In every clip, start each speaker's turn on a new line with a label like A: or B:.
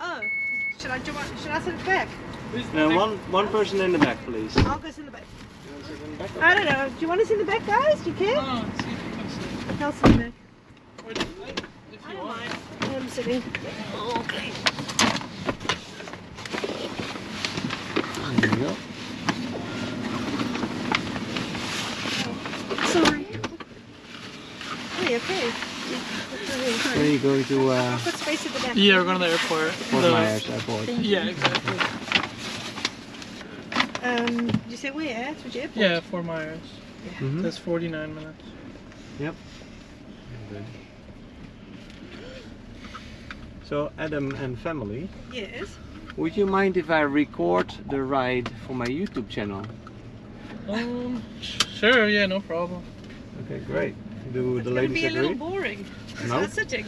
A: Oh, should I do I, should I sit it back?
B: No, one one person in the back, please.
A: I'll go sit in the back. I don't know. Do you want us in the back, guys? Do you care?
B: Oh.
A: I'll sit in the back. I don't mind. I'm sitting. Okay. Sorry. Oh, yeah, okay.
B: Where are you going to uh,
A: I've got space at the back.
C: Yeah, we're going to the airport.
B: Fort
C: The-
B: Myers Airport?
C: Yeah, exactly.
A: Um, you said where? It's which airport?
C: Yeah, Fort Myers.
B: Mhm.
C: That's 49 minutes.
B: So Adam and family,
A: Yes.
B: would you mind if I record the ride for my YouTube channel?
C: Um, sure, yeah, no problem.
B: Okay, great. Do
A: It's
B: the
A: going to
B: ladies
A: be a little
B: agree?
A: boring. Just
B: No?
A: no? sitting.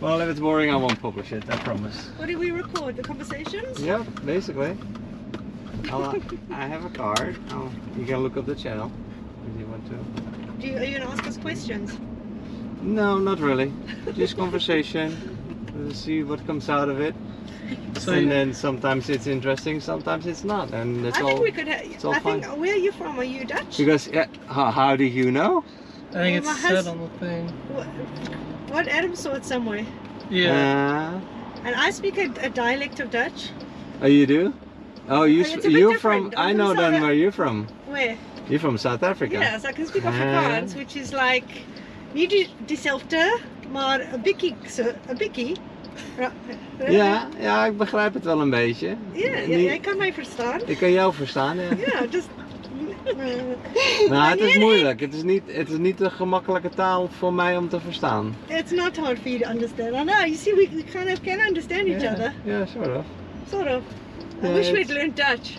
B: Well, if it's boring, I won't publish it. I promise.
A: What do we record? The conversations?
B: Yeah, basically. I'll, uh, I have a card. I'll, you can look up the channel if you want to.
A: Do you, are you going to ask us questions?
B: No, not really. Just conversation. We'll see what comes out of it.
C: So,
B: and then sometimes it's interesting, sometimes it's not, and that's
A: I
B: all.
A: think we could. Ha-
B: it's all
A: I think. Where are you from? Are you Dutch?
B: Because yeah, how, how do you know?
C: I think
A: Well,
C: it's
A: my hus-
C: said on the thing.
A: What, what Adam saw it somewhere,
C: Yeah.
A: and I speak a, a dialect of Dutch.
B: Uh, oh, Uh, you do? Oh, you
A: Well, it's a bit
B: you from?
A: different. I'm
B: I
A: from
B: know
A: South
B: then
A: Af-
B: where you're from.
A: Where?
B: You're from South Africa.
A: Yes, I can speak
B: Ah.
A: Afrikaans, which is like niet die- diezelfde, maar een bikkie, een bikkie. Ra- ra-
B: Ja, ja, ik begrijp het wel een beetje.
A: Ja, ja,
B: Niet-
A: jij kan mij verstaan.
B: Ik kan jou verstaan. Ja.
A: Ja, dus.
B: Nou, het is
A: nee,
B: moeilijk. Het is, niet, het is niet een gemakkelijke taal voor mij om te verstaan.
A: It's not hard for you to understand. I know. You see, we, we kind of can understand each
B: Ja,
A: other,
B: Ja, sort of.
A: sort of. I
B: Ja,
A: wish
B: it's-
A: we'd learned Dutch.
B: It's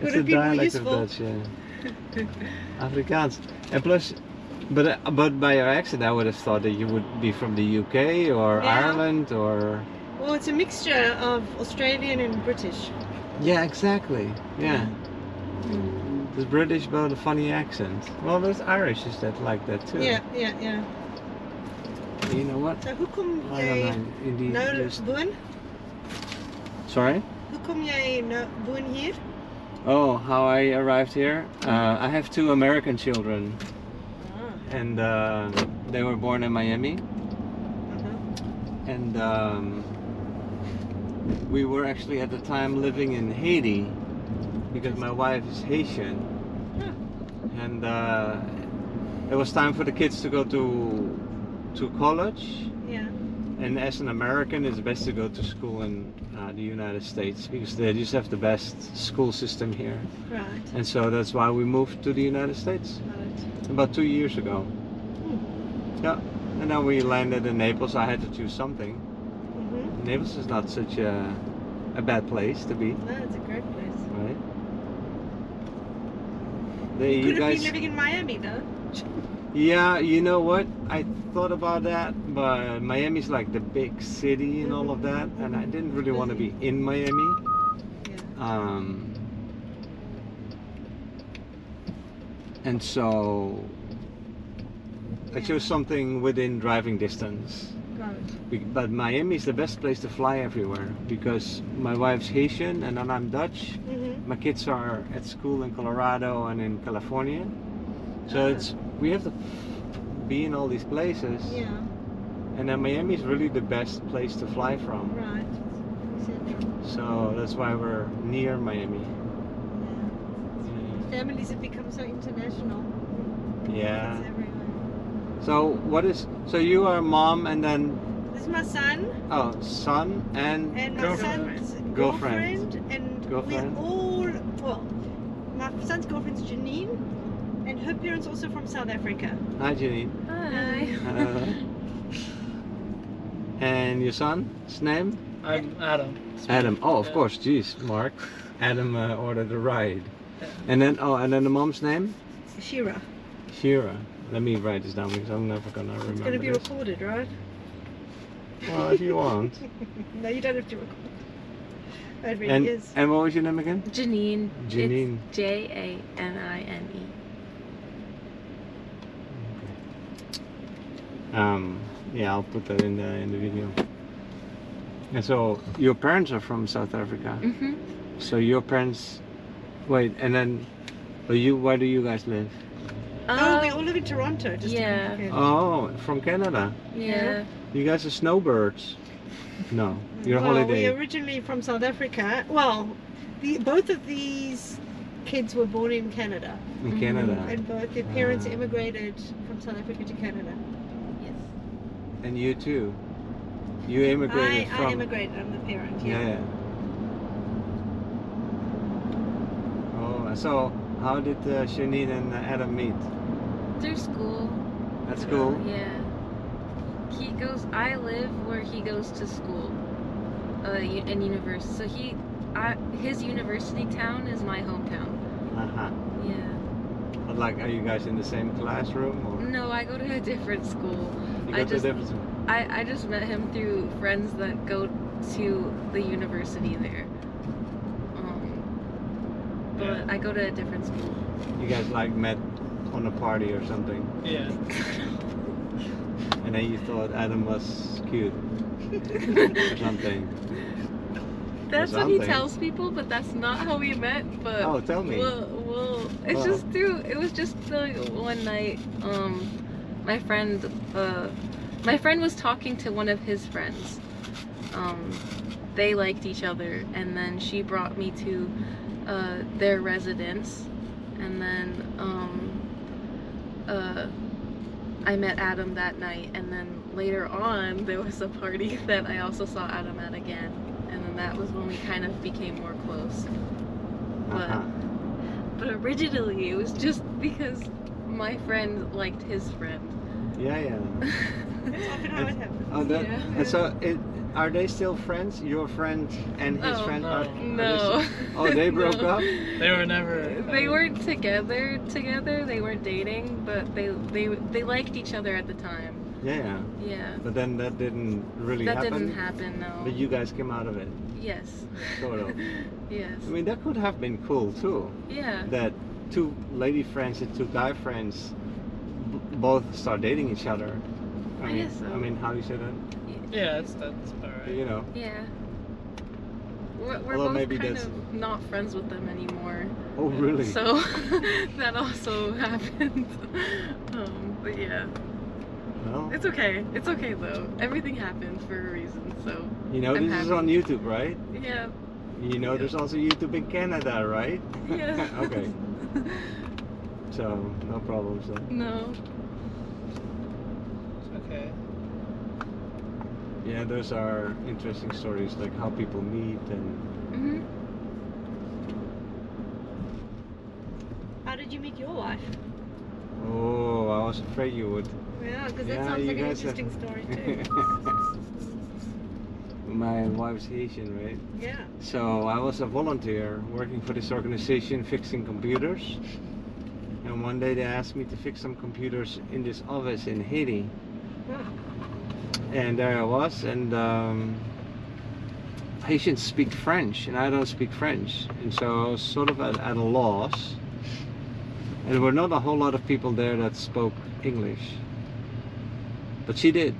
A: Would
B: a
A: it be more
B: dialect of
A: useful?
B: Dutch, yeah. Afrikaans. And plus, but but by your accent, I would have thought that you would be from the UK or
A: Yeah.
B: Ireland or.
A: Well, it's a mixture of Australian and British.
B: Yeah, exactly. Yeah. It's British, but with a funny accent. Well, there's Irish is that like that too.
A: Yeah, yeah, yeah.
B: You know what?
A: So, hoekom
B: I don't
A: jy
B: know. Indeed.
A: nou
B: just-
A: woon?
B: Sorry.
A: Hoekom jy nou woon hier?
B: Oh, how I arrived here. Uh, I have two American children,
A: Ah,
B: and uh, they were born in Miami. And um, we were actually at the time living in Haiti because my wife is Haitian. And uh, it was time for the kids to go to to college.
A: yeah.
B: And as an American, it's best to go to school in uh, the United States because they just have the best school system here.
A: Right.
B: And so that's why we moved to the United States
A: Right.
B: about two years ago.
A: Hmm.
B: Yeah. And then we landed in Naples. I had to choose something.
A: Mhm.
B: Naples is not such a, a bad place to be,
A: No, it's a great place.
B: right? They,
A: You
B: you
A: could have been
B: guys,
A: living in Miami though.
B: yeah, you know what? I thought about that, but Miami's like the big city and all of that, and I didn't really want to be in Miami.
A: Yeah.
B: Um, and so I
A: Yeah.
B: chose something within driving distance.
A: Got it.
B: Be- But Miami is the best place to fly everywhere because my wife's Haitian and then I'm Dutch.
A: Mhm.
B: My kids are at school in Colorado and in California. So
A: Ah.
B: it's we have to be in all these places.
A: Yeah.
B: And then Miami is really the best place to fly from.
A: Right. It's central.
B: So that's why we're near Miami.
A: Yeah. Families have become so international.
B: Yeah.
A: It's everywhere.
B: So what is so you are mom and then
A: This is my son
B: oh son and
A: and my
C: Girlfriend.
A: son's
B: Girlfriend.
A: girlfriend, and
B: Girlfriend.
A: we're all well. My son's girlfriend's Janine, and her parents also from South Africa.
B: hi Janine.
A: Hi.
B: Hello. and your son's name
C: I'm Adam.
B: Uh, Adam. Oh, of
C: Yeah.
B: course. Jeez, Mark. Adam uh, ordered a ride, and then oh, and then the mom's name
A: Shira.
B: Shira. Let me write this down because I'm never gonna remember.
A: It's going to be
B: this.
A: recorded, right?
B: Well, if you want.
A: No, you don't have to record. I'd read
B: And
A: his.
B: and what was your name again?
D: Janine.
B: Janine.
D: J A N I N E.
B: Um, yeah, I'll put that in the in the video. And so your parents are from South Africa.
D: Mm-hmm.
B: So your parents, wait, and then, but you, where do you guys live?
D: Uh,
A: oh, we all live in Toronto. Just
D: yeah.
A: Okay.
B: Oh, from Canada.
D: yeah.
B: You guys are snowbirds. No, your
A: well,
B: holiday.
A: we're originally from South Africa. Well, the, both of these kids were born in Canada,
B: in Canada.
A: and both their parents
B: Ah.
A: immigrated from South Africa to Canada.
D: Yes.
B: And you too. You immigrated
A: I,
B: from.
A: I immigrated. I'm the parent.
B: Yeah.
A: Yeah.
B: Oh, so how did uh, Shanine and uh, Adam meet?
D: Through school.
B: At school?
D: Yeah. He goes. I live where he goes to school, uh, u- and university. So he, I, his university town is my hometown.
B: Uh-huh.
D: Yeah.
B: But like, are you guys in the same classroom or
D: No, I go to a different school.
B: you
D: Mm, I
B: got
D: just-
B: the difference?
D: I, I just met him through friends that go to the university there. Um, but
C: Yeah.
D: I go to a different school.
B: You guys like met on a party or something,
C: Yeah.
B: and then you thought Adam was cute or something.
D: that's what he
B: something.
D: tells people, but that's not how we met. But
B: Oh, tell me.
D: Well, well, it's
B: Oh.
D: just through. It was just like one night. Um, my friend, uh, my friend was talking to one of his friends. Um, they liked each other, and then she brought me to uh, their residence, and then um, uh, I met Adam that night, and then later on there was a party that I also saw Adam at again, and then that was when we kind of became more close.
B: Uh-huh.
D: But originally, it was just because my friend liked his friend.
B: Yeah, yeah.
A: That's often how it happens.
B: Oh, that,
D: Yeah.
B: and so it, are they still friends? Your friend and his
D: Oh,
B: friend
C: no.
B: are, are they
D: no.
B: still- Oh, they broke
D: No.
B: up?
C: They were never.
D: They weren't together. Together, they weren't dating, but they they they liked each other at the time.
B: yeah, yeah.
D: Yeah,
B: But then that didn't really
D: that
B: happen.
D: didn't happen. No.
B: But you guys came out of it,
D: yes.
B: sort of.
D: Yes.
B: I mean, that could have been cool too.
D: Yeah.
B: That two lady friends and two guy friends b- both start dating each other. I,
D: I
B: mean,
D: guess so.
B: I mean, how you say that?
C: Yeah, that's that's alright.
B: You know,
D: Yeah. We're, we're
B: Although
D: both
B: maybe
D: kind
B: that's-
D: of not friends with them anymore.
B: oh really?
D: So that also happened. Um, but yeah,
B: well,
D: it's okay. It's okay though. Everything happens for a reason. So
B: you know,
D: I'm
B: this is
D: happy.
B: on YouTube, right?
D: yeah.
B: You know, there's also YouTube in Canada, right?
D: Yeah.
B: okay, so no problems then.
D: no.
C: It's okay.
B: Yeah, those are interesting stories, like how people meet and
D: hmm
A: How did you meet your wife?
B: oh, I was afraid you would.
A: Yeah, because that
B: Yeah,
A: sounds
B: you
A: like an
B: guys have-
A: interesting story too.
B: My wife's Haitian, right?
A: yeah.
B: So I was a volunteer working for this organization fixing computers. And one day they asked me to fix some computers in this office in Haiti. And there I was, and um, Haitians speak French, and I don't speak French. And so I was sort of at, at a loss. And there were not a whole lot of people there that spoke English. But she did.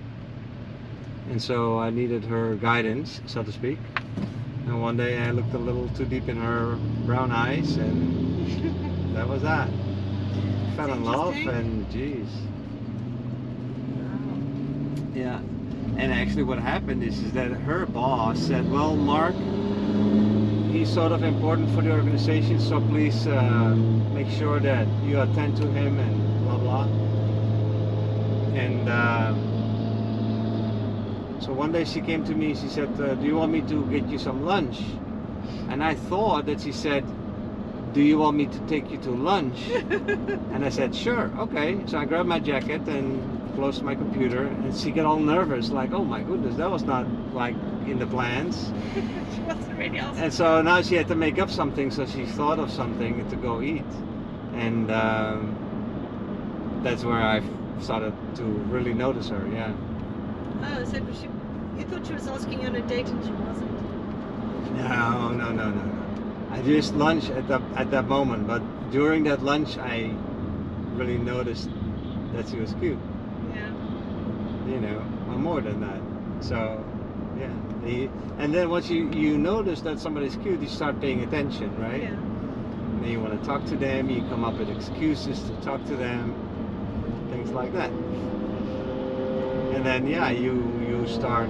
B: And so I needed her guidance, so to speak. And one day I looked a little too deep in her brown eyes, and that was that. Fell in love, and jeez. Yeah. And actually, what happened is, is that her boss said, Well, Mark, he's sort of important for the organization, so please uh, make sure that you attend to him and blah blah. And uh, so one day she came to me and she said, uh, Do you want me to get you some lunch? And I thought that she said, Do you want me to take you to lunch? And I said, sure, okay. So I grabbed my jacket and closed my computer, and she got all nervous, like, oh my goodness, that was not like in the plans.
A: she wasn't really awesome.
B: And so now she had to make up something, so she thought of something to go eat. And um, that's where I started to really notice her, yeah.
A: Oh, so she, you thought she was asking you on a date and she wasn't.
B: No, no, no, no, no. I just lunch at that at that moment, but during that lunch, I really noticed that she was cute.
A: Yeah.
B: You know, or more than that. So, yeah. The, and then once you you notice that somebody's cute, you start paying attention, right?
A: Yeah.
B: And then you want to talk to them. You come up with excuses to talk to them, things like that. And then yeah, you you start.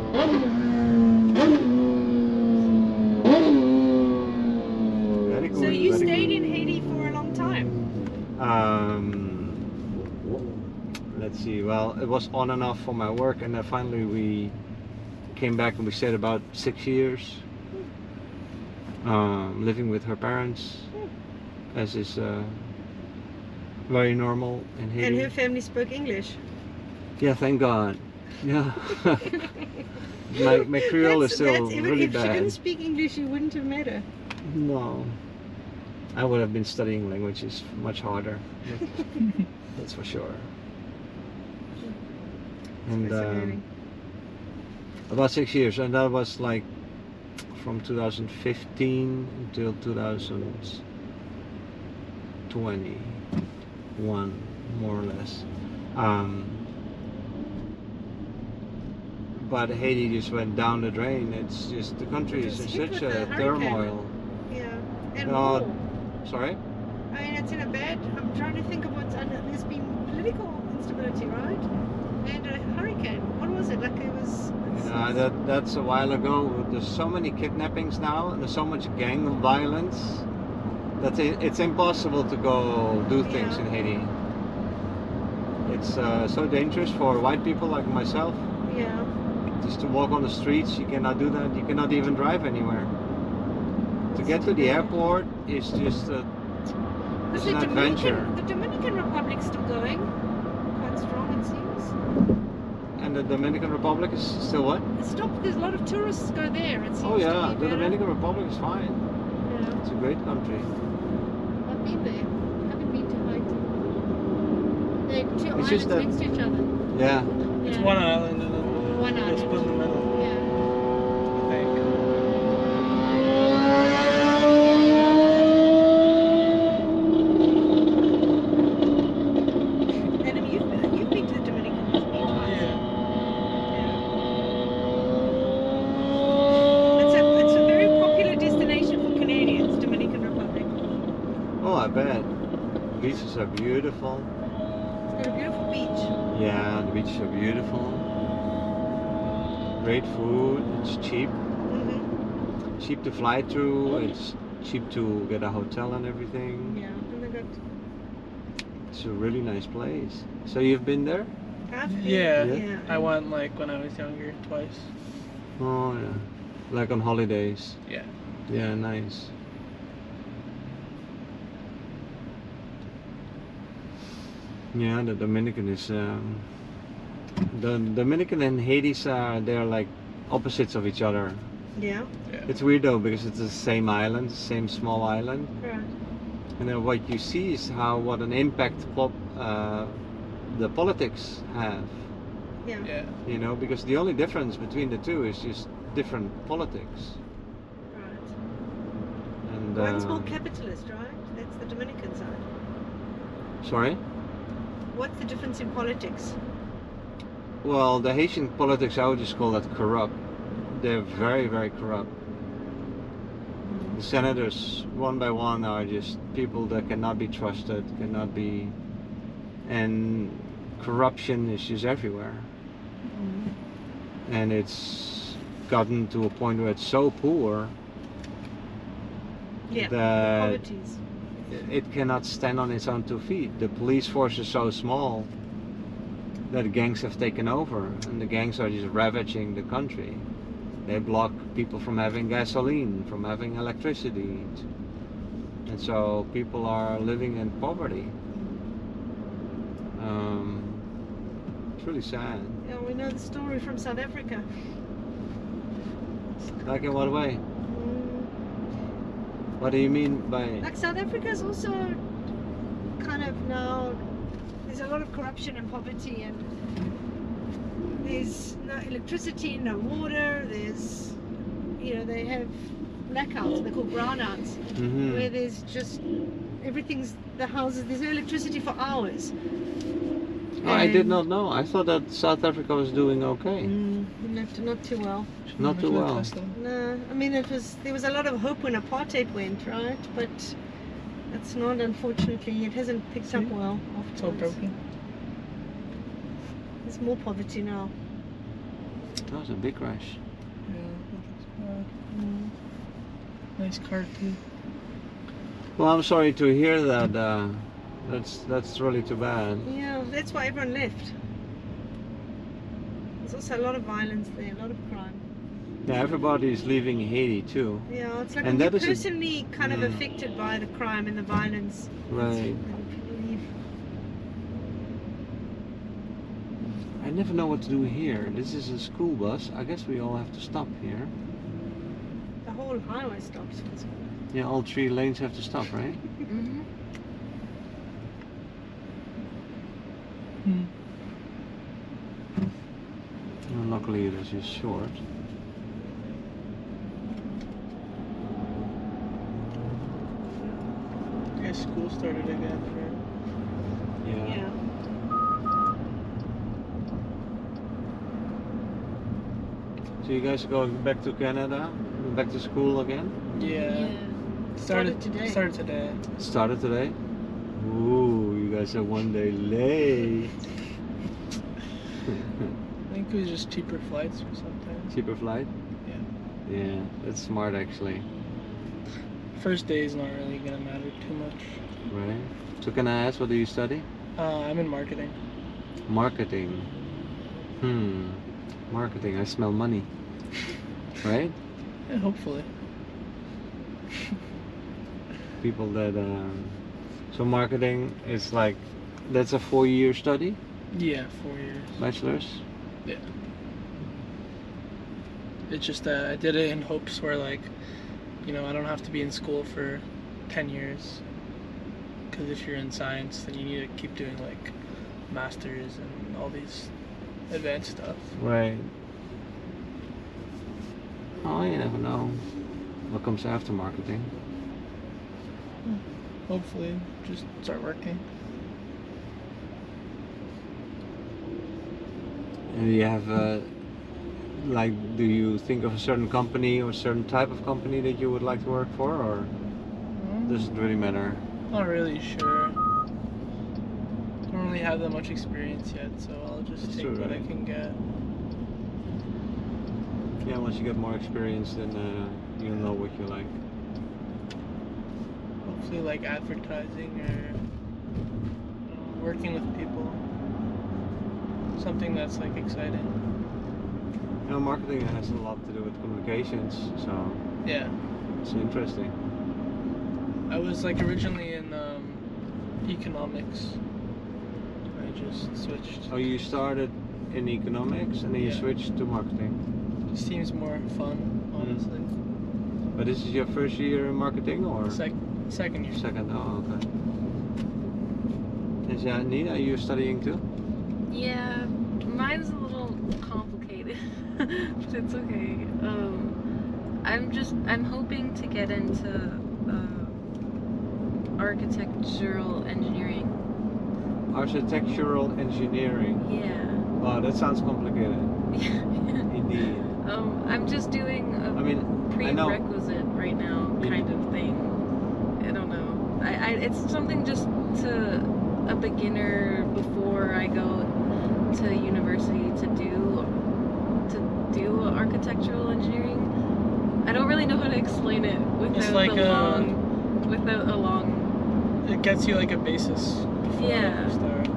B: Very
A: So
B: good,
A: you
B: very
A: stayed
B: good.
A: in Haiti for a long time.
B: Um, let's see. Well, it was on and off for my work, and then finally we came back and we stayed about six years, um, living with her parents, as is uh, very normal in
A: And
B: Haiti.
A: her family spoke English.
B: yeah, thank God. Yeah. my my Creole is
A: That's-
B: still
A: that's- even
B: really
A: if she
B: bad.
A: couldn't speak English, you wouldn't have met her.
B: No. I would have been studying languages much harder. That's for sure. And um,
A: Fascinating.
B: about six years, and that was like from 2015 until 2021, more or less. Um, but Haiti just went down the drain. It's just the country is in
A: It's hit
B: such
A: with
B: a
A: a hurricane.
B: turmoil.
A: Yeah. And
B: No,
A: war.
B: Sorry?
A: I mean, it's in a bad. I'm trying to think of what's. under There's been political instability, right? And a hurricane. What was it? Like it was.
B: Uh, that that's a while ago. There's so many kidnappings now, and there's so much gang violence that it, it's impossible to go do things
A: Yeah.
B: in Haiti. It's uh, so dangerous for white people like myself
A: yeah.
B: just to walk on the streets. You cannot do that. You cannot even drive anywhere. To get to the airport is just uh,
A: Because
B: It's
A: the
B: an
A: Dominican,
B: adventure.
A: the Dominican Republic's still going. Quite strong, it seems.
B: and the Dominican Republic is still what?
A: It's still, there's a lot of tourists go there. It seems.
B: Oh yeah,
A: to be
B: the
A: better.
B: Dominican Republic is fine.
A: Yeah.
B: It's a great country.
E: I've been there. Haven't been to Haiti. There are two
B: It's
E: islands
B: just that-
E: next to each other.
B: Yeah,
C: It's
E: Yeah.
C: one island and then
E: One
C: it's split in
E: island.
C: the middle,
E: Yeah.
C: I think.
A: Adam, you've been, you've been to the Dominican Republic twice.
C: Yeah.
A: Yeah. It's a it's a very popular destination for Canadians. Dominican Republic.
B: Oh, I bet. Beaches are beautiful.
A: It's got a beautiful beach.
B: Yeah, the beaches are beautiful. Great food. It's cheap.
A: hmm
B: Cheap to fly to. It's cheap to get a hotel and everything.
A: Yeah. And they got
B: It's a really nice place. So you've been there?
A: half
C: Yeah.
A: Yeah.
C: I went like when I was younger twice.
B: Oh yeah. Like on holidays.
C: Yeah.
B: Yeah, nice. Yeah, the Dominican is um, the Dominican and Haiti are they're like opposites of each other.
A: Yeah.
B: It's weird though because it's the same island, same small island,
A: Right.
B: and then what you see is how what an impact pop, uh, the politics have.
A: Yeah.
C: Yeah.
B: You know, because the only difference between the two is just different politics.
A: Right.
B: And
A: One's
B: uh,
A: more capitalist, right? That's the Dominican side.
B: sorry.
A: What's the difference in politics?
B: Well, the Haitian politics, I would just call that corrupt. They're very, very corrupt. The senators, one by one, are just people that cannot be trusted, cannot be. And corruption is just everywhere. And it's gotten to a point where it's so poor
A: Yeah.
B: that
A: Poverties.
B: it cannot stand on its own two feet. The police force is so small that gangs have taken over, and the gangs are just ravaging the country. They block people from having gasoline, from having electricity, and so people are living in poverty. Um, it's really sad.
A: Yeah, we know the story from South Africa.
B: Like in what way?
A: Mm.
B: What do you mean by?
A: Like South Africa is also kind of now there's a lot of corruption and poverty and there's no electricity, no water, there's you know, they have black outs. They're called brownouts,
B: hmm
A: where there's just everything's the houses. There's no electricity for hours.
B: I did
A: And-
B: not know. I thought that South Africa was doing okay.
A: Mm, not not too well.
B: Not too well.
A: No, I mean it was there was a lot of hope when apartheid went, right? But it's not unfortunately it hasn't picked up
C: See?
A: well
C: It's all
A: afterwards.
C: broken.
A: There's more poverty now.
B: That was a big rush.
C: Yeah. I think it's bad.
A: Mm.
C: Mm-hmm. Nice car too.
B: Well, I'm sorry to hear that. Uh, that's that's really too bad.
A: Yeah, that's why everyone left. There's also a lot of violence there, a lot of crime.
B: Yeah, everybody's leaving Haiti too.
A: Yeah, it's like
B: And
A: you're
B: that is a-
A: personally kind of
B: Mm.
A: affected by the crime and the violence.
B: Right.
A: And people leave.
B: I never know what to do here. This is a school bus. I guess we all have to stop here.
A: The whole highway stops. for this.
B: Yeah, all three lanes have to stop, right?
D: hmm
B: And luckily, it was just short.
C: Yeah, school started again.
A: Yeah.
B: So you guys are going back to Canada, back to school again?
C: For, yeah.
A: Started today.
C: Started today.
B: Started today. Ooh, you guys are one day late.
C: I think it was just cheaper flights or something.
B: Cheaper flight.
C: Yeah.
B: Yeah, that's smart actually,
C: First day is not really gonna matter too much.
B: right? So can I ask, what do you study?
C: Uh, I'm in marketing.
B: Marketing. Hmm. Marketing. I smell money. Right?
C: Yeah, hopefully.
B: People that. Um, so marketing is like, that's a four-year study,
C: Yeah, four years.
B: bachelor's.
C: It's just uh, I did it in hopes where like, you know, I don't have to be in school for ten years. Because if you're in science, then you need to keep doing like masters and all these advanced stuff.
B: Right. Oh, you never know. What comes after marketing?
C: Hopefully, just start working.
B: And you have, uh, like, do you think of a certain company or a certain type of company that you would like to work for, or doesn't really matter?
C: Not really sure. Don't really have that much experience yet, so I'll just
B: That's
C: take
B: all
C: what I
B: right.
C: can get.
B: Yeah, once you get more experience, then uh, you'll know what you like.
C: Hopefully, like advertising or uh, working with people. Something that's like exciting.
B: You know, marketing has a lot to do with communications, so
C: Yeah.
B: it's interesting.
C: I was like originally in um, economics. I just switched.
B: So Oh, you started in economics and then you
C: Yeah.
B: switched to marketing.
C: Just seems more fun,
B: Mm-hmm.
C: honestly.
B: But this is your first year in marketing, or
C: Sec- second year.
B: second? Oh, okay. And yeah, Nina, are you studying too?
D: Yeah, mine's a little complicated, but it's okay. Um, I'm just I'm hoping to get into uh, architectural engineering.
B: Architectural engineering.
D: Yeah.
B: Wow, that sounds complicated. Indeed.
D: um, I'm just doing a
B: I mean, I know.
D: prerequisite right now,
B: Yeah.
D: kind of thing. I don't know. I, I it's something just to a beginner before I go to university to do to do architectural engineering. I don't really know how to explain it without
C: It's like
B: uh,
D: a
C: um,
D: long without a long.
C: It gets you like a basis before
D: Yeah.
C: you start.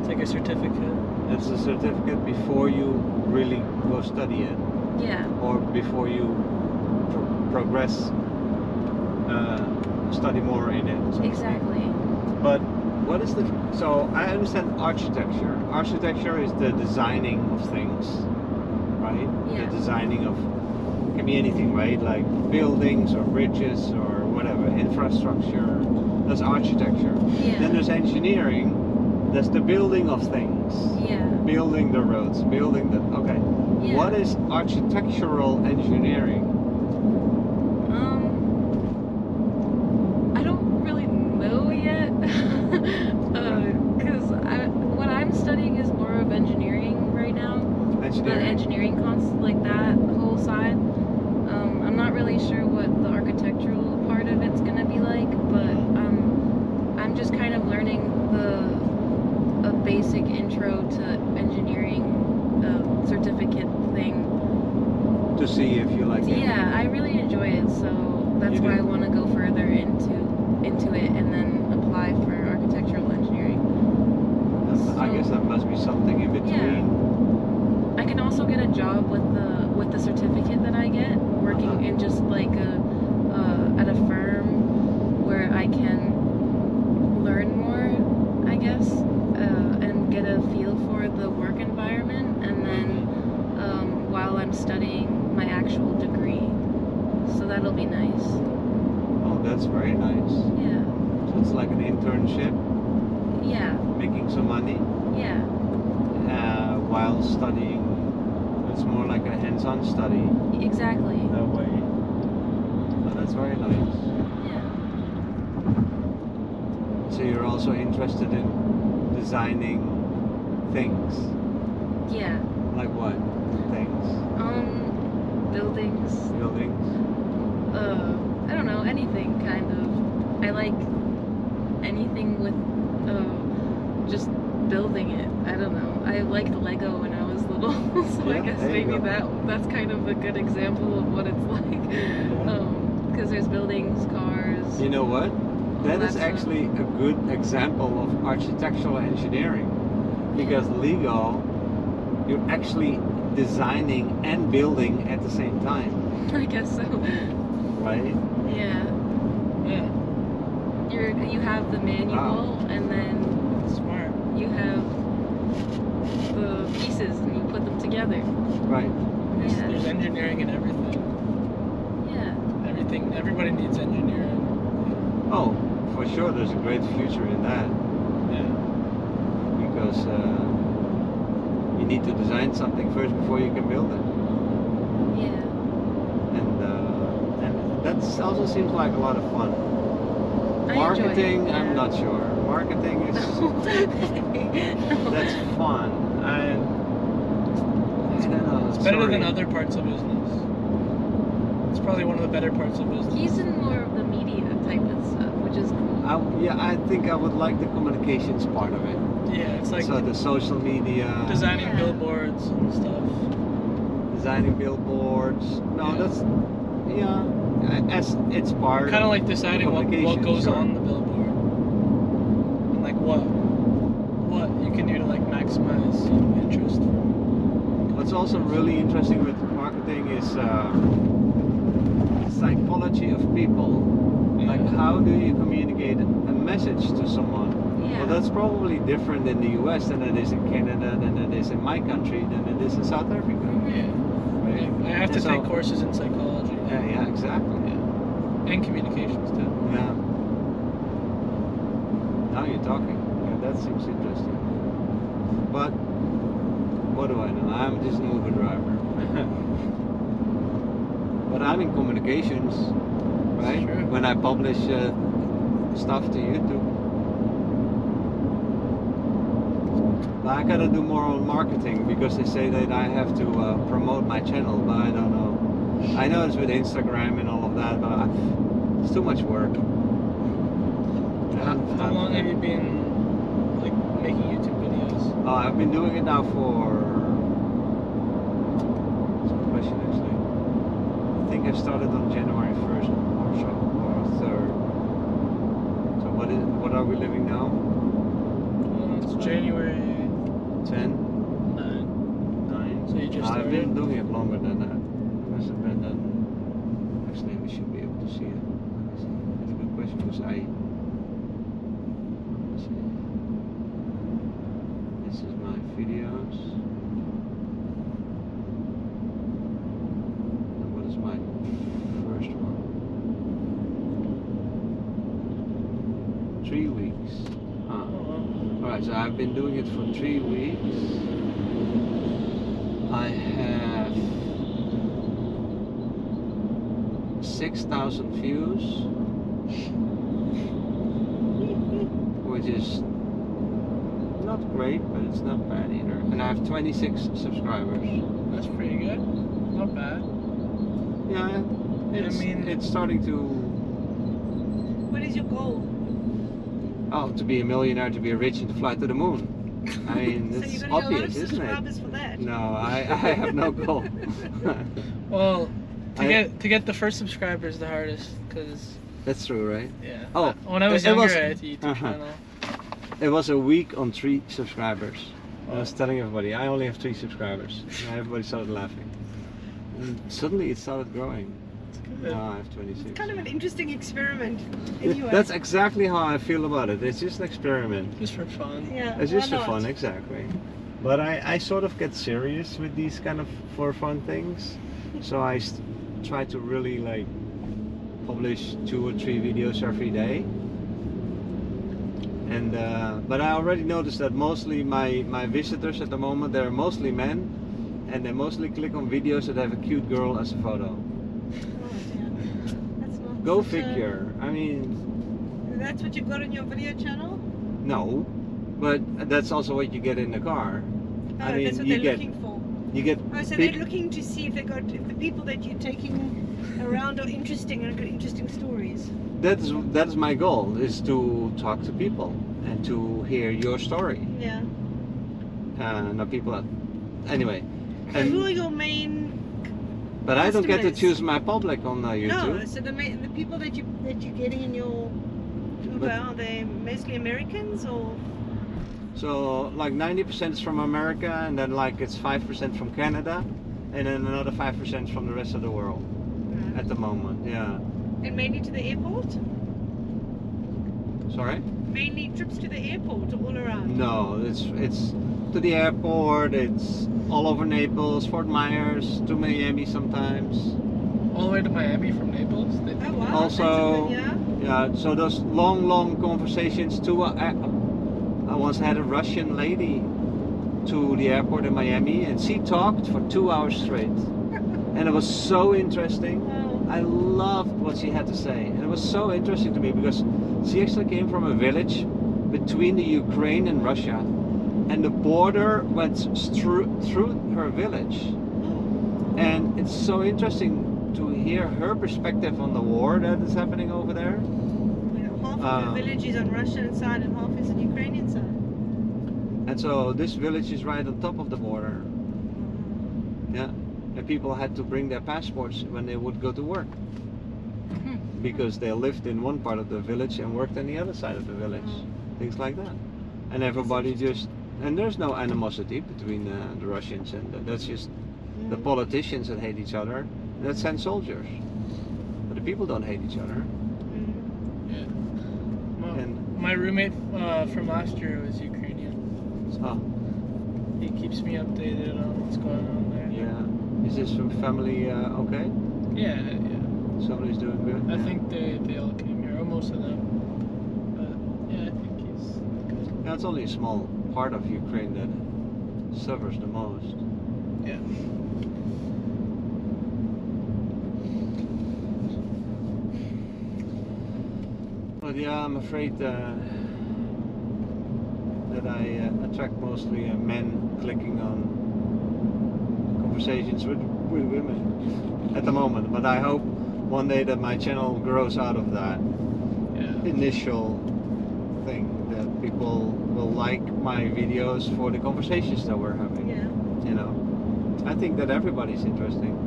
C: It's like a certificate.
B: That's a certificate before you really go study it.
D: Yeah.
B: or before you pr- progress uh, study more in it so to speak.
D: Exactly.
B: but what is the so i understand architecture architecture is the designing of things right
D: Yeah.
B: the designing of can be anything right like buildings or bridges or whatever infrastructure that's architecture then
D: Yeah.
B: there's engineering that's the building of things
D: Yeah.
B: building the roads building the okay
D: Yeah.
B: what is architectural engineering
D: Um, Um, I don't really know yet. Because I what I'm studying is more of engineering right now. The
B: Engineering.
D: engineering cons like that whole side. Um, I'm not really sure what the architectural part of it's gonna be like, but um, I'm just kind of learning the a basic intro to engineering uh, certificate thing
B: To see if you like it.
D: yeah, I really enjoy it, so that's
B: You
D: why
B: do?
D: I want to go further into into it and then apply for architectural engineering.
B: Um, I guess that must be something in between.
D: I can also get a job with the with the certificate that I get, working
B: Uh-huh.
D: in just like a uh, at a firm where I can learn more, I guess, uh, and get a feel for the work environment, and then
B: Mm-hmm.
D: um, while I'm studying my actual degree, so that'll be nice.
B: Oh, that's very nice.
D: Yeah.
B: So it's like an internship,
D: Yeah,
B: making some money
D: yeah,
B: uh, while studying. It's more like a hands-on study
D: exactly.
B: that way. Oh, that's very nice.
D: Yeah.
B: So you're also interested in designing things.
D: Yeah.
B: Like what? Things.
D: Um buildings.
B: Buildings.
D: Uh I don't know, anything kind of. I like anything with uh just building it. I don't know. I liked Lego when I was little, so I
B: Yeah,
D: guess
B: there you
D: maybe
B: go.
D: that that's kind of a good example of what it's like.
B: Yeah.
D: Um because there's buildings, cars.
B: You know what? That is
D: that's a-
B: actually a good example of architectural engineering because Lego, you're actually designing and building at the same time,
D: I guess so.
B: right?
D: Yeah.
C: Yeah,
D: You're you have the manual and then
C: smart.
D: you have the pieces and you put them together.
B: Right.
C: There's,
D: Yeah.
C: there's engineering in everything.
D: Yeah.
C: Everything. Everybody needs engineering.
B: Oh, for sure, there's a great future in that
C: Yeah.
B: because uh, you need to design something first before you can build it,
D: Yeah.
B: and uh, and that also seems like a lot of fun.
D: I enjoy it,
B: Marketing, I'm
D: yeah.
B: not sure. Marketing is. That's fun. I, I don't know.
C: It's better than other parts of business. It's probably one of the better parts of business.
D: He's in more of the media type of stuff, which is cool.
B: I, yeah, I think I would like the communications part of it.
C: Yeah, it's like
B: so the social media,
C: designing
D: Yeah.
C: billboards and stuff.
B: designing billboards. No,
C: Yeah.
B: that's yeah. I- As it's part.
C: Kind of like deciding what, what
B: Communication,
C: goes
B: sure.
C: on the billboard. And like what what you can do to like maximize interest.
B: What's also really interesting with marketing is uh, psychology of people. Like how do you communicate a message to someone?
D: Yeah.
B: Well, that's probably different in the U.S. than it is in Canada, than it is in my country, than it is in South Africa.
C: Yeah.
B: Right?
C: I have to
B: So-
C: take courses in psychology
B: Yeah, yeah, exactly.
C: and communications too.
B: Yeah. Now you're talking. Yeah, that seems interesting. But what do I know? I'm just an Uber driver. but I'm in communications, right?
C: Sure.
B: When I publish uh, stuff to YouTube. But I gotta do more on marketing because they say that I have to uh, promote my channel, but I don't know. I know it's with Instagram and all of that, but I, it's too much work.
C: How, how long have you been like making YouTube videos?
B: Uh, I've been doing it now for. It's a good question actually. I think I started on January 1st or so, or 3rd. So what is what are we living now?
C: Well, it's January
B: 10,
C: 9.
B: 9.
C: So you just
B: I've
C: started?
B: been doing it longer than that. Must have been done. Actually, we should be able to see it. It's a good question because I. let's see. This is my videos. And what is my first one? Three weeks. Ah.
C: Oh, wow.
B: Alright, so I've been doing it for three weeks. I have 6,000 views, which is not great, but it's not bad either. And I have 26 subscribers.
C: That's pretty good. Not bad.
B: Yeah, it's,
C: mean-
B: it's starting to,
A: What is your goal?
B: oh, to be a millionaire, to be rich, and to fly to the moon. I mean,
A: so
B: it's
A: you're gonna
B: obvious,
A: get a lot of
B: isn't it?
A: subscribers for that.
B: No, I, I have no goal.
C: Well, to
B: I-
C: get to get the first subscriber is the hardest because
B: That's true, right?
C: yeah.
B: Oh,
C: I- when I was
B: it- it
C: younger,
B: was-
C: I had the YouTube
B: uh-huh.
C: channel.
B: It was a week on three subscribers. I was telling everybody, I only have three subscribers. And everybody started laughing. And suddenly it started growing. Now I have 26.
A: It's kind of an interesting experiment.
B: Yeah,
A: Anyway.
B: That's exactly how I feel about it. It's just an experiment.
C: Just for fun.
A: yeah,
B: It's just
A: why
B: for fun,
A: not?
B: exactly. But I, I sort of get serious with these kind of for fun things. So I s- try to really like publish two or three videos every day. And uh, but I already noticed that mostly my my visitors at the moment they're mostly men, and they mostly click on videos that have a cute girl as a photo.
A: Oh, dear. That's not
B: Go
A: such a-
B: figure. I mean,
A: That's what you've got on your video channel?
B: no, but that's also what you get in the car.
A: Oh,
B: I mean,
A: that's what
B: you
A: they're
B: get-
A: looking for.
B: You get
A: Oh, so
B: Peop-
A: they're looking to see if they got if the people that you're taking around are interesting and got interesting stories.
B: That is that is my goal is to talk to people and to hear your story.
A: Yeah.
B: Uh, not people. That, anyway,
A: So who
B: and
A: are your main?
B: but I don't get to
A: customers?
B: choose my public on uh,
A: No,
B: YouTube.
A: so the main, the people that you that you're getting in your Uber
B: But-
A: are they mostly Americans or?
B: So like ninety percent is from America, and then like it's five percent from Canada, and then another five percent from the rest of the world at the moment. Yeah.
A: And mainly to the airport?
B: Sorry.
A: Mainly trips to the airport all around.
B: No, it's it's to the airport. It's all over Naples, Fort Myers, to Miami sometimes.
C: All the way to Miami from Naples. They,
A: Oh wow.
B: Also-
A: that's a good- yeah.
B: Yeah, so those long, long conversations. Too, I, I once had a Russian lady to the airport in Miami, and she talked for two hours straight, and it was so interesting.
A: Wow.
B: I loved what she had to say, and it was so interesting to me because she actually came from a village between the Ukraine and Russia, and the border went stru- through her village.
A: Oh.
B: And it's so interesting to hear her perspective on the war that is happening over there.
A: Half
B: Uh,
A: of the village is on Russian side and half is on Ukrainian side.
B: And so this village is right on top of the border. Yeah. And people had to bring their passports when they would go to work. Because they lived in one part of the village and worked on the other side of the village. Things like that. And everybody just and there's no animosity between uh, the Russians and the, that's just the
A: Mm.
B: politicians that hate each other that send soldiers. But the people don't hate each other.
A: Mm.
C: my,
B: And
C: my roommate uh, from last year was Ukrainian.
B: oh
C: He keeps me updated on what's going on there.
B: yeah, is this from family uh, okay?
C: Yeah, yeah.
B: Somebody's doing good.
C: I
B: Yeah.
C: think they, they all came here, or most of them. But yeah, I think he's.
B: Yeah, it's only a small part of Ukraine that suffers the most.
C: Yeah.
B: But yeah, I'm afraid uh, that I uh, attract mostly uh, men clicking on conversations with, with women at the moment. But I hope one day that my channel grows out of that
C: Yeah.
B: initial thing that people will like my videos for the conversations that we're having.
A: Yeah.
B: You know, I think that everybody's interesting,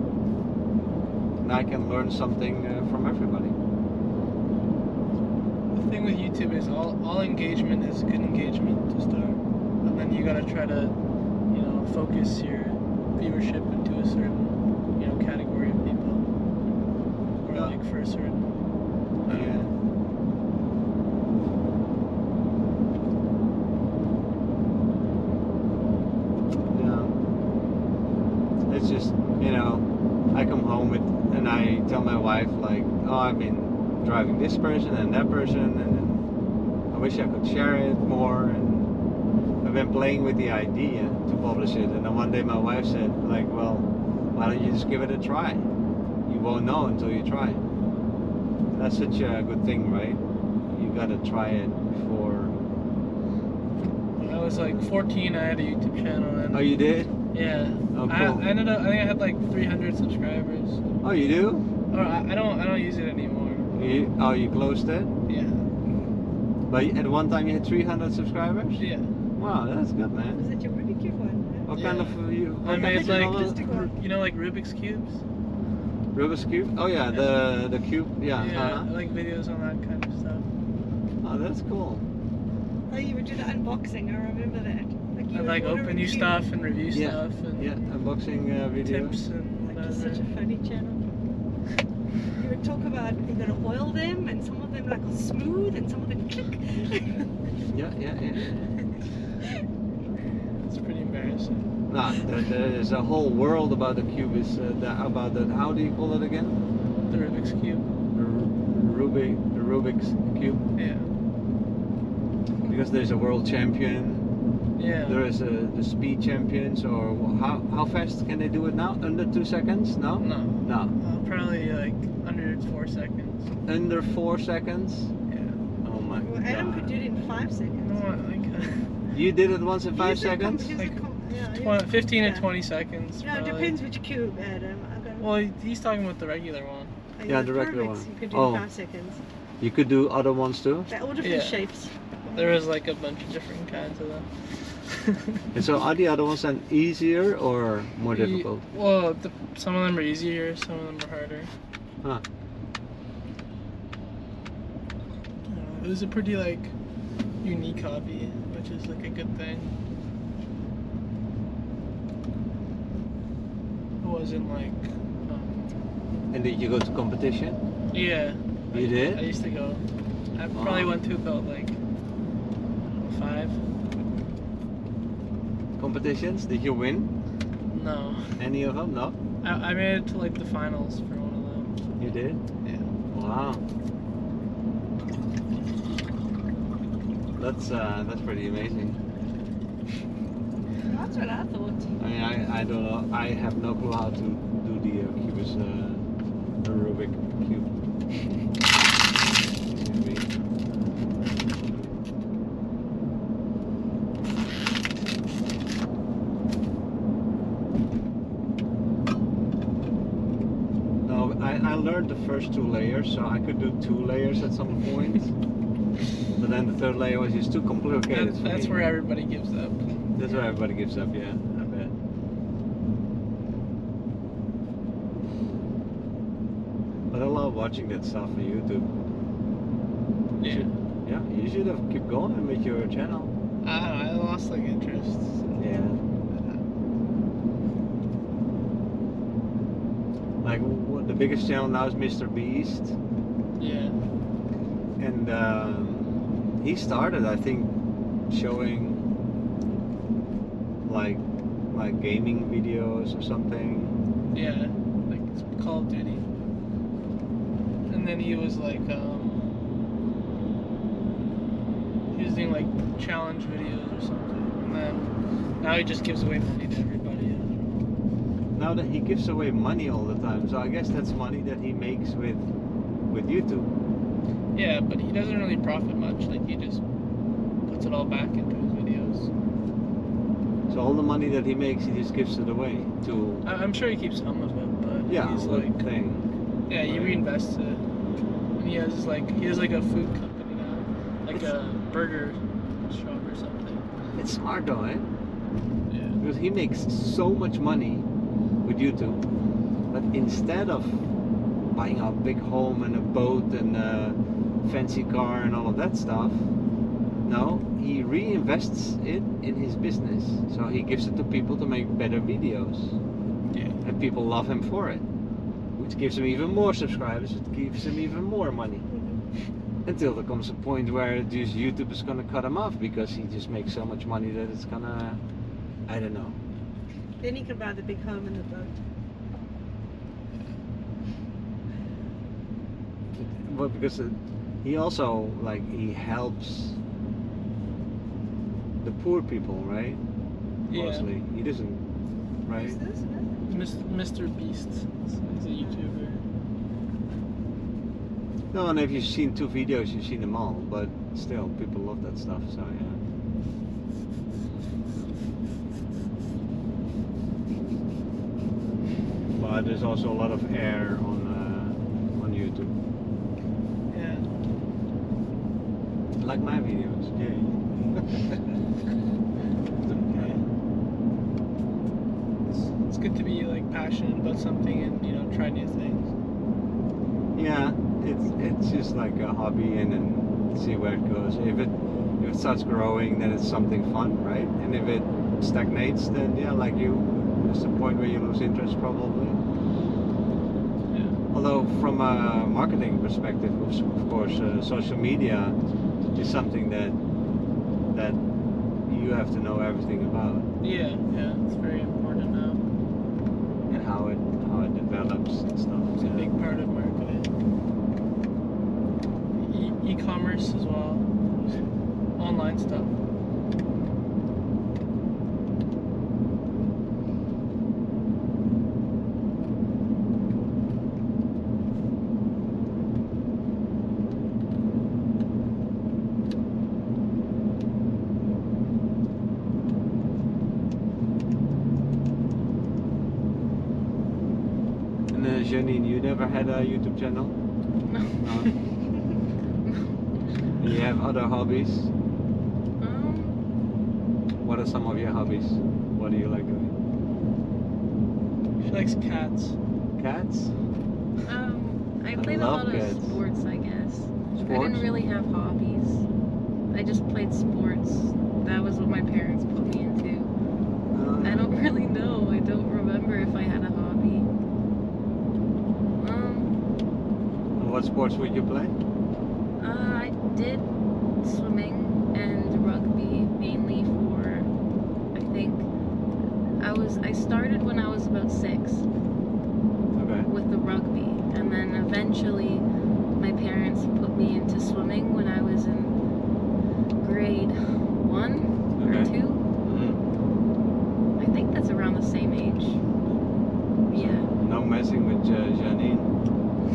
B: and I can learn something uh, from everybody.
C: The thing with YouTube is all, all engagement is good engagement to start, and then you gotta try to, you know, focus your viewership into a certain, you know, category of people, or
B: Yeah.
C: like for a certain. I don't know.
B: Yeah. It's just, you know, I come home with, and I tell my wife, like, oh, I've been driving this person and that person, and I wish I could share it more. And I've been playing with the idea to publish it. And then one day my wife said, like, well, why don't you just give it a try? You won't know until you try. That's such a good thing, right? You gotta try it before.
C: When I was like 14, I had a YouTube channel, and
B: Oh, you did?
C: yeah,
B: Oh,
C: I,
B: cool.
C: I ended up. I think I had like 300 subscribers.
B: Oh, you do?
C: Or I, I don't. I don't use it anymore.
B: You, oh, you closed it?
C: Yeah,
B: But at one time you had 300 subscribers?
C: yeah.
B: Wow, that's good, man.
A: Was it your Rubik's Cube one?
B: What kind
C: Yeah.
B: of uh, you?
C: I
B: what
C: made
B: kind of-
C: like
A: Just a quick-
C: you know like Rubik's cubes.
B: Rubik's cube? Oh yeah, the the cube. Yeah.
C: I
B: Uh-huh.
C: like videos on that kind of stuff.
B: Oh, that's cool.
A: Oh, you would do the unboxing. I remember that. Like, you
C: I
A: would
C: like
A: order a
C: open new
A: cube.
C: stuff and review
B: Yeah,
C: stuff and
B: Yeah, unboxing uh, video.
C: tips and
A: Like, it's
C: whatever.
A: such a funny channel. You would talk about you're gonna oil them, and some of them like are smooth, and some of them click.
B: Yeah, yeah, yeah.
C: It's pretty embarrassing.
B: No, there, there's a whole world about the cube. Is uh, the, about that? How do you call it again?
C: The Rubik's cube.
B: The Ru- Rubik, the Rubik's cube.
C: Yeah.
B: Because there's a world champion.
C: Yeah.
B: There is a, the speed champions. Or wh- how how fast can they do it now? Under two seconds? No,
C: no.
B: no,
C: Uh, probably like under four seconds.
B: under four seconds.
C: Yeah.
B: Oh my
A: Well, Adam could
B: god!
A: do it in five
C: No,
A: seconds.
C: like
B: You did it once in
A: He
B: five
A: was a com-
B: seconds.
A: he was a
C: Like,
A: com- yeah,
C: uh,
A: he
C: twen-
A: was-
C: 15
A: yeah.
C: to 20 seconds.
A: No, it
C: probably.
A: depends which cube, Adam. I don't-
C: Well, he's talking about the regular one.
A: I
B: yeah,
A: got
B: the regular
A: Rubik's,
B: one.
A: You could do
B: Oh.
A: in five seconds.
B: You could do other ones too.
A: They're all different
C: Yeah.
A: shapes.
C: There was like a bunch of different kinds of them.
B: And so are the other ones then easier or more
C: Ye-
B: difficult?
C: Well, the, some of them are easier, some of them are harder. I
B: Huh.
C: don't know, Uh, It was a pretty like unique hobby, which is like a good thing. It wasn't like, um,
B: And did you go to competition?
C: yeah. I
B: You did?
C: used to go. I probably
B: Wow.
C: went to about like I don't know, five.
B: Competitions? Did you win
C: No,
B: any of them? No?
C: I, I made it to like the finals for one of them.
B: You did?
C: Yeah.
B: Wow. That's uh, that's pretty amazing.
A: That's what I thought.
B: I mean, I, I don't know. I have no clue how to do the uh, cubus, uh, the Rubik cube. Maybe. No, I, I learned the first two layers, so I could do two layers at some point. but then the third layer was just too complicated.
C: that's
B: for
C: that's
B: me.
C: where everybody gives up.
B: That's why everybody gives up, yeah. I bet. But I love watching that stuff on YouTube.
C: Yeah.
B: Yeah, you should have kept going with your channel.
C: I don't know, I lost like interest.
B: Yeah. Like what, the biggest channel now is Mr. Beast,
C: Yeah.
B: and um, he started, I think, showing like like gaming videos or something.
C: Yeah, like it's Call of Duty. And then he was like, um, he was doing like challenge videos or something. And then now he just gives away money to everybody.
B: now that he gives away money all the time so i guess that's money that he makes with with youtube
C: Yeah, but he doesn't really profit much. Like he just puts it all back into his videos.
B: so all the money that he makes he just gives it away to
C: I- I'm sure he keeps some of it, but
B: yeah
C: he's
B: what
C: like,
B: thing
C: yeah, he
B: right.
C: reinvests it. And he has like he has like a food company now, like
B: It's-
C: a burger shop or something.
B: it's smart though eh
C: Yeah.
B: because he makes so much money with youtube but instead of buying a big home and a boat and a fancy car and all of that stuff no he reinvests it in his business so he gives it to people to make better videos
C: Yeah.
B: and people love him for it, which gives him even more subscribers, it gives him even more money. Until there comes a point where just YouTube is gonna cut him off because he just makes so much money that it's gonna, I don't know.
A: Then he could buy the big home and the boat.
B: Well, because uh, he also like he helps the poor people, right?
C: Yeah.
B: Mostly, he doesn't, right?
A: Who's this?
C: Mr. Beast is a YouTuber.
B: No, and if you've seen two videos, you've seen them all. But still, people love that stuff. So yeah. But there's also a lot of air on uh, on YouTube,
C: Yeah.
B: like my videos. Yay.
C: It's, it's good to be like passionate about something and you know try new things.
B: Yeah, it's it's just like a hobby and then see where it goes. If it if it starts growing, then it's something fun, right? And if it stagnates, then yeah, like you, there's a point where you lose interest probably. Although from a marketing perspective, of s- of course, uh, social media is something that that you have to know everything about
C: Yeah, yeah, it's very important now.
B: and how it how it develops and stuff.
C: It's a
B: yeah.
C: big part of marketing. E- e-commerce as well, online stuff.
B: And uh, Janine, you never had a YouTube channel?
D: No.
B: And you have other hobbies?
D: Um,
B: What are some of your hobbies? What do you like doing?
C: She likes cats.
B: Cats?
D: um, I
B: I
D: played a
B: love
D: lot of
B: kids.
D: sports, I guess. I
B: Sports?
D: didn't really have hobbies. I just played sports. That was what my parents put me into.
B: Uh,
D: I don't really know. I don't remember if I had a hobby. Um,
B: What sports would you play?
D: uh, I did swimming and rugby mainly for, I think, I was I started when I was about six.
B: Okay.
D: with the rugby and then eventually my parents put me into swimming when I was in grade one or
B: Okay.
D: two.
C: Mm-hmm.
B: Mm.
D: I think that's around the same age. Yeah.
B: No messing with uh, Janine,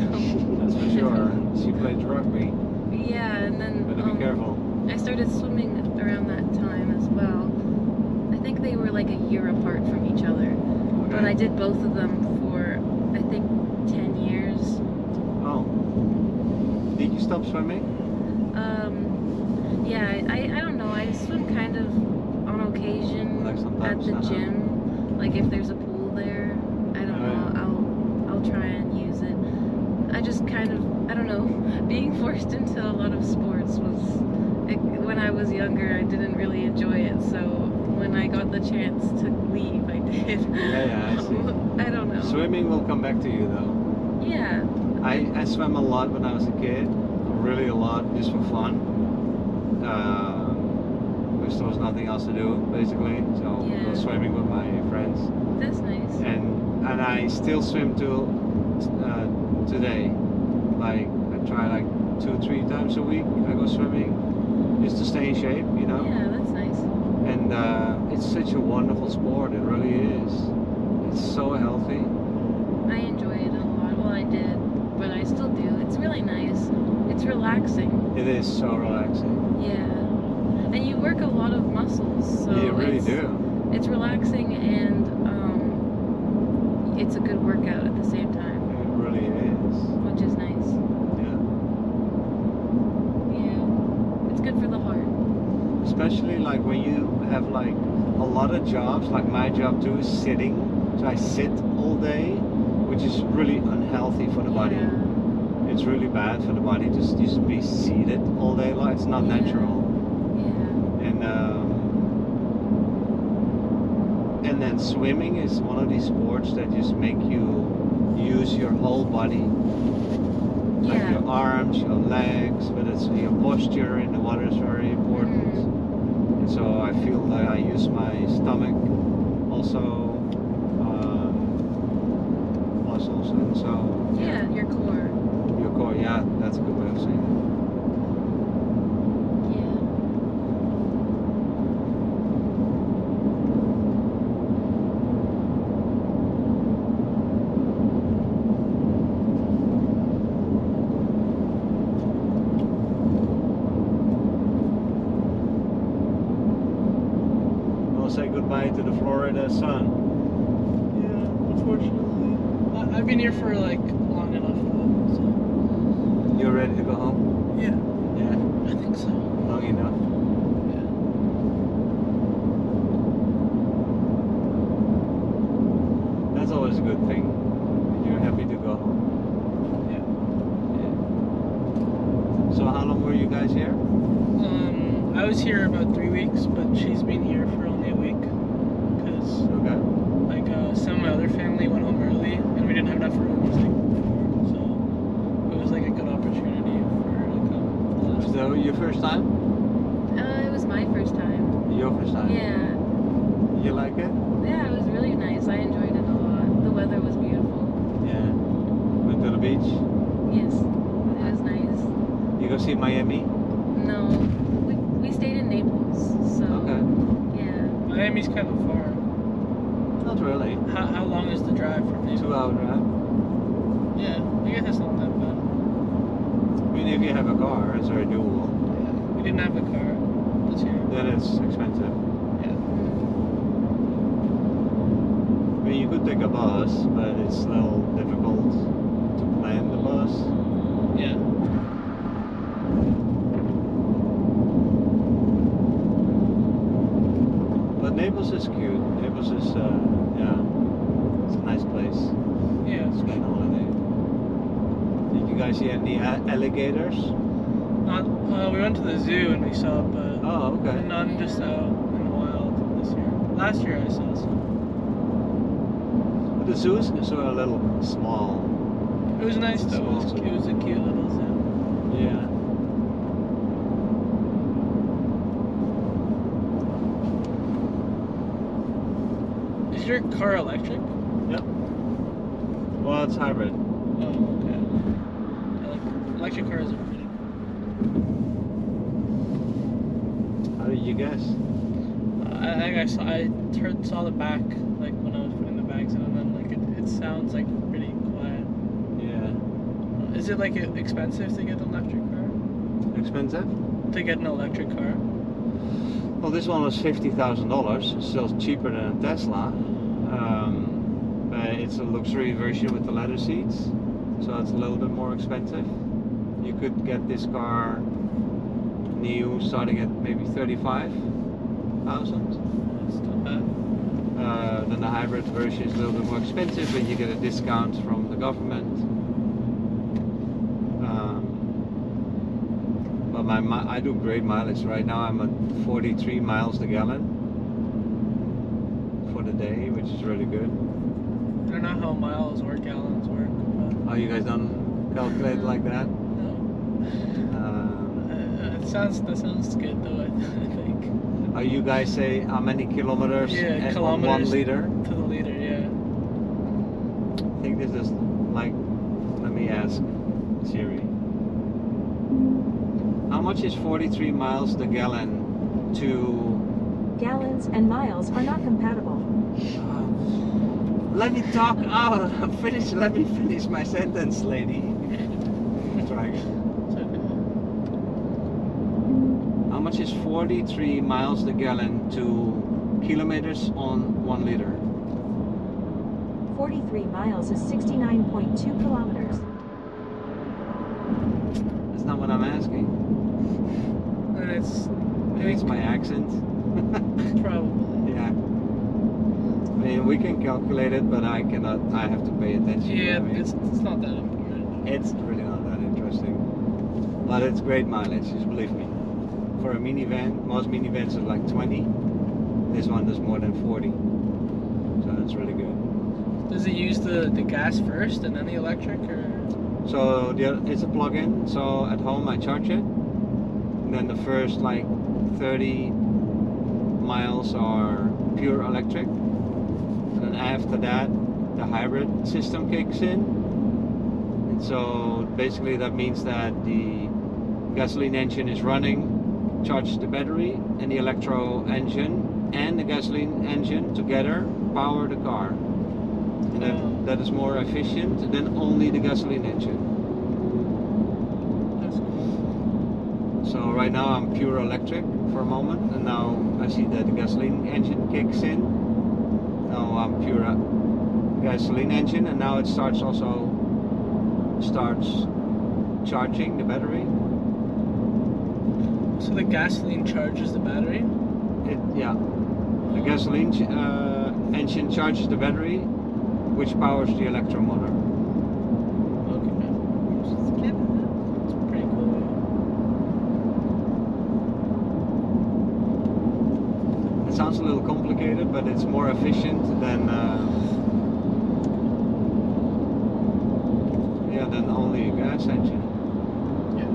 B: that's for sure. She plays rugbery.
D: yeah, and then
B: Better be
D: um,
B: careful.
D: I started swimming around that time as well. I think they were like a year apart from each other, but I
B: Okay.
D: did both of them for I think 10 years.
B: Oh. Did you stop swimming?
D: Um, yeah, I- I, I don't know. I swim kind of on occasion
B: Like
D: at
B: sometimes.
D: the
B: uh-huh.
D: gym. Like if there's a pool there, I don't
B: Oh, yeah.
D: know. I'll I'll try and use it. I just kind of I don't know. Being forced into a lot of sports was it, when I was younger. I didn't really enjoy it. So when I got the chance to leave, I did.
B: yeah, I see.
D: I don't know.
B: Swimming will come back to you though.
D: yeah.
B: I, I swam a lot when I was a kid, really a lot, just for fun. Um, because there was nothing else to do, basically. So I
D: Yeah.
B: was swimming with my friends,
D: That's nice.
B: and and I still swim till uh, today. Like I try like two, three times a week. I go swimming just to stay in shape, you know.
D: Yeah, that's nice.
B: And uh, it's such a wonderful sport. It really is. It's so healthy.
D: I enjoy it a lot. Well, I did, but I still do. It's really nice. It's relaxing.
B: It is so relaxing.
D: Yeah. And you work a lot of muscles, so
B: you really
D: it's,
B: do.
D: it's relaxing and um, it's a good workout at the same
B: It
D: time,
B: really is.
D: which is nice.
B: Yeah.
D: Yeah. It's good for the heart.
B: Especially like when you have like a lot of jobs, like my job too is sitting. So I sit all day, which is really unhealthy for the body.
D: Yeah.
B: It's really bad for the body to s- just be seated all day long. It's not
D: Yeah.
B: natural.
D: Yeah.
B: And um, and then swimming is one of these sports that just make you use your whole body, like
D: Yeah.
B: your arms, your legs, but it's your posture in the water is very important.
D: Mhm.
B: And so I feel that I use my stomach also um, muscles and so
D: Yeah, your core.
B: your core yeah that's a good way of saying
D: Yeah.
B: it
C: been here for like long enough.
B: You're ready to go home?
C: Though, so. Yeah,
B: Yeah,
C: I think so.
B: long enough. That's always a good thing. You're happy to go home.
C: Yeah.
B: Yeah. So how long were you guys here?
C: Um, I was here about three weeks, but she's been here for only a week because
B: Okay.
C: like uh, some of my other family went home early and we didn't have enough rooms like before, so it was like a good opportunity for her to come. The last-
B: So your first time?
D: Uh, it was my first time.
B: Your first time.
D: Yeah.
B: You like it?
D: Yeah, it was really nice. I enjoyed it a lot. The weather was beautiful.
B: Yeah. Went to the beach.
D: Yes, it was nice.
B: You go see Miami?
D: No, we, we stayed in Naples, so
B: Okay.
D: yeah.
C: Miami's kind of far.
B: Not really.
C: How, how long is the drive from Naples?
B: Two hour drive.
C: Yeah, I guess that's not that bad.
B: I mean, if you have a car, it's very doable.
C: We didn't have a car this year.
B: Then it's expensive.
D: Mm.
B: I mean, you could take a bus, but it's a little difficult to plan the bus.
C: Yeah.
B: But Naples is cute. Naples is, uh, yeah, it's a nice place.
C: Yeah.
B: It's kind of holiday. Did you guys see any a- alligators?
C: Not, uh, we went to the zoo and we saw, but
B: Oh, okay.
C: none just out in the wild this year. Last year I saw some.
B: But the zoo is sort of a little small.
C: It was nice though. It was, it was a cute little zoo.
B: Yeah.
C: Is your car electric?
B: Well, it's hybrid.
C: Oh, okay. I like electric cars are pretty.
B: How did you guess?
C: Uh, I I think I saw I heard, saw the back like when I was putting the bags in, and then like it, it sounds like pretty quiet.
B: Yeah.
C: Uh, Is it like e- expensive to get an electric car?
B: Expensive?
C: To get an electric car?
B: Well, this one was fifty thousand dollars. Still cheaper than a Tesla, um, but it's a luxury version with the leather seats, so it's a little bit more expensive. You could get this car new, starting at maybe thirty-five thousand.
C: That's not bad.
B: Uh, then the hybrid version is a little bit more expensive, but you get a discount from the government. Um, but my mi- I do great mileage. Right now I'm at 43 miles the gallon for the day, which is really good.
C: I don't know how miles or gallons work,
B: Oh, you guys don't calculate like that?
C: but no.
B: Um,
C: Uh, it sounds that sounds good though. I, I think
B: oh, you guys say how many kilometers
C: Yeah,
B: and on eh, one
C: kilometers.
B: liter?
C: to the leader, yeah.
B: I think this is like, let me ask Siri. How much is 43 miles the gallon to.
F: Gallons and miles are not compatible.
B: let me talk. Oh, finish. Let me finish my sentence, lady. Try again.
C: It's okay.
B: How much is 43 miles the gallon to kilometers on one liter?
F: 43 miles is 69.2 kilometers.
B: That's not what I'm asking.
C: And it's
B: Maybe it's my accent.
C: probably
B: yeah. I mean, we can calculate it, but I cannot. I have to pay attention. to
C: yeah.
B: it.
C: It's it's not that important.
B: It's really not that interesting. But it's great mileage, just believe me. For a minivan, most minivans are like 20. This one does more than 40. So that's really good.
C: Does it use the the gas first and then the electric, or
B: So the, it's a plug-in. So at home I charge it. And then the first like 30 miles are pure electric. And then after that, the hybrid system kicks in. And so basically that means that the gasoline engine is running, charges the battery, and the electro engine and the gasoline engine together power the car. And that, that is more efficient than only the gasoline engine.
C: that's cool.
B: So right now I'm pure electric for a moment, and now I see that the gasoline engine kicks in. Now I'm pure uh, gasoline engine, and now it starts also starts charging the battery.
C: So the gasoline charges the battery.
B: It, yeah, the gasoline ch- uh, engine charges the battery, which powers the electromotor.
C: Okay, it's pretty cool.
B: It sounds a little complicated, but it's more efficient than uh, yeah than only a gas engine.
C: Yeah.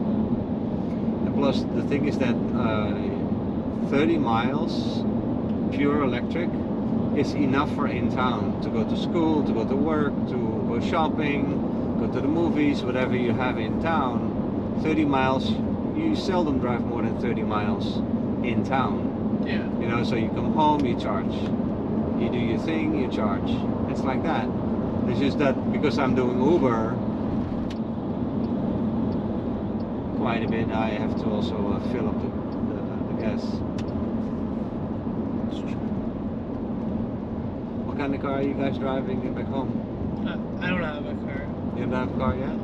B: And plus, the thing is that uh, 30 miles pure electric is enough for in town to go to school, to go to work, to go shopping, go to the movies, whatever you have in town. 30 miles, you seldom drive more than 30 miles in town.
C: Yeah.
B: You know, so you come home, you charge. You do your thing, you charge. It's like that. It's just that because I'm doing Uber quite a bit, I have to also uh, fill up the, the, the gas.
C: It's true.
B: What kind of car are you guys driving back home?
C: I, I don't have a car.
B: You don't have a car yet?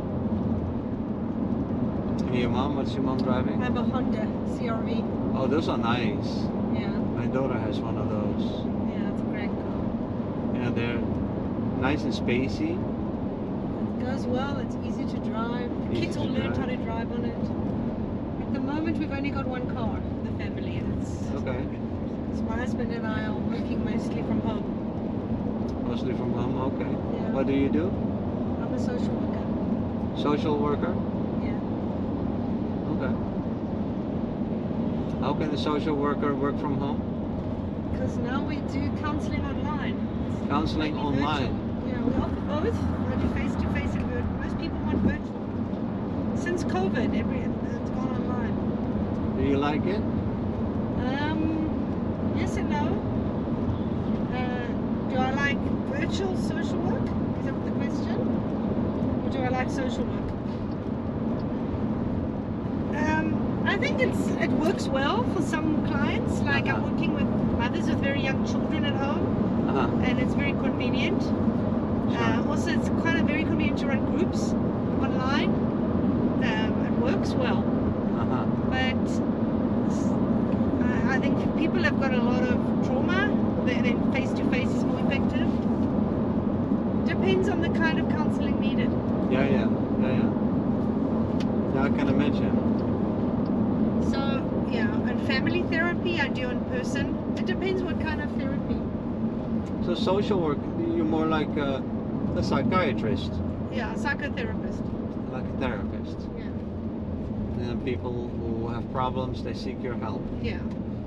B: And your mom? What's your mom
A: I
B: driving?
A: have a Honda CRV.
B: Oh, those are nice.
A: Yeah,
B: My daughter has one of those.
A: yeah, it's a great car.
B: Yeah, they're nice and spacey.
A: It goes well, it's easy to drive. The
B: Easy
A: kids
B: to
A: all learned how
B: drive.
A: to drive on it. At the moment, we've only got one car, the family, and it's,
B: Okay.
A: it's my husband and I are working mostly from home.
B: Mostly from home. Okay.
A: Yeah.
B: What do you do?
A: I'm a social worker.
B: Social worker.
A: Yeah.
B: Okay. How can a social worker work from home?
A: Because now we do counselling online.
B: Counseling
A: Maybe
B: online.
A: Yeah, we offer both, like face to face and virtual. Most people want virtual. Since COVID, every it's gone online.
B: Do you like it?
A: Um, yes and no. Uh, do I like virtual social work? Is that the question? Or do I like social work? Um, I think it's it works well for some clients. Like I'm
B: Uh-huh.
A: working with mothers with very young children at home.
B: Uh huh.
A: and it's very convenient. Uh, also, it's kind of very convenient to run groups online. Um, it works well,
B: Uh huh.
A: but s- I- I think people have got a lot of trauma, then then face to face is more effective. Depends on the kind of counselling needed.
B: Yeah, yeah, yeah, yeah. Yeah, I can imagine.
A: So, yeah, and family therapy I do in person. It depends what kind of therapy.
B: So social work, you're more like a, a psychiatrist,
A: Yeah, psychotherapist.
B: like a therapist.
A: Yeah.
B: And people who have problems, they seek your help.
A: Yeah.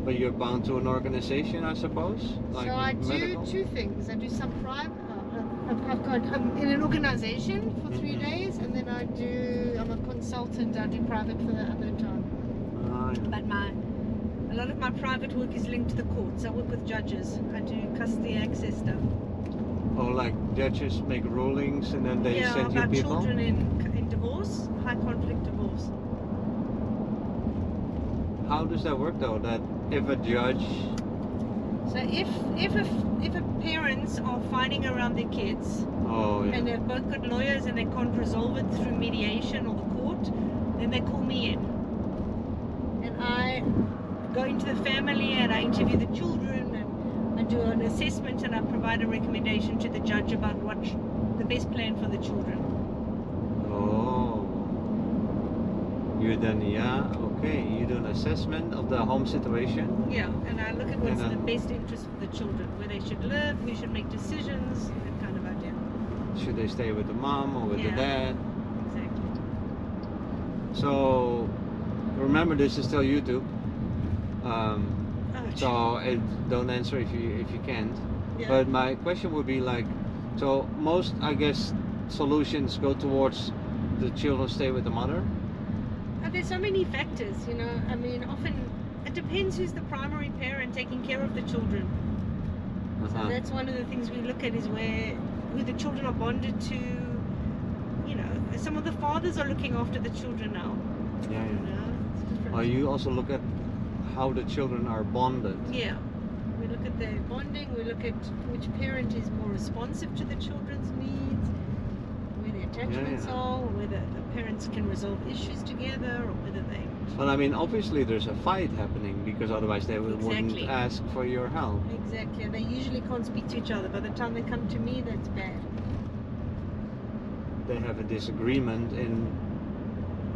B: But you're bound to an organization, I suppose?
E: so I do
B: medical?
E: two things. I do some private. uh, I've, I've got, I'm in an organisation for 3
A: Mm-hmm.
B: Mhm.
E: days, and then I do. I'm a consultant. I do private for the other time.
B: Ah, yeah.
A: But my a lot of my private work is linked to the courts. I work with judges. I do custody access stuff.
B: Or Oh, like judges make rulings and then they
A: yeah,
B: send you
A: about
B: people?
A: children in in divorce, high conflict divorce.
B: How does that work though? That if a judge.
A: So if if a, if a parents are fighting around their kids
B: Oh, yeah.
A: and they've both got lawyers and they can't resolve it through mediation or the court, then they call me in, and I go into the family and I interview the children and I do an assessment and I provide a recommendation to the judge about what sh- the best plan for the children.
B: Oh. You then, yeah, okay. You do an assessment of the home situation.
A: Yeah, and I look at what's
B: Yeah.
A: in the best interest for the children, where they should live, who should make decisions, that kind of idea.
B: Should they stay with the mom or with the
A: Yeah.
B: dad?
A: Exactly.
B: So remember, this is still YouTube. Um,
A: Oh,
B: So it, don't answer if you if you can't.
A: Yeah.
B: But my question would be like, so most I guess solutions go towards the children stay with the mother.
A: Uh, there's so many factors, you know. I mean, often it depends who's the primary parent taking care of the children. So
B: Uh-huh.
A: that's one of the things we look at is where who the children are bonded to. You know, some of the fathers are looking after the children now.
B: Yeah,
A: You
B: yeah.
A: know, it's different.
B: Well, you also look at how the children are bonded.
A: Yeah, we look at at their bonding, we look at which parent is more responsive to the children's needs, where the attachments
B: yeah.
A: are, whether the parents can resolve issues together, or whether they.
B: Well, I mean, obviously there's a fight happening because otherwise they would-
A: Exactly.
B: wouldn't ask for your help.
A: Exactly, they usually can't speak to each other. By the time they come to me, that's bad.
B: They have a disagreement in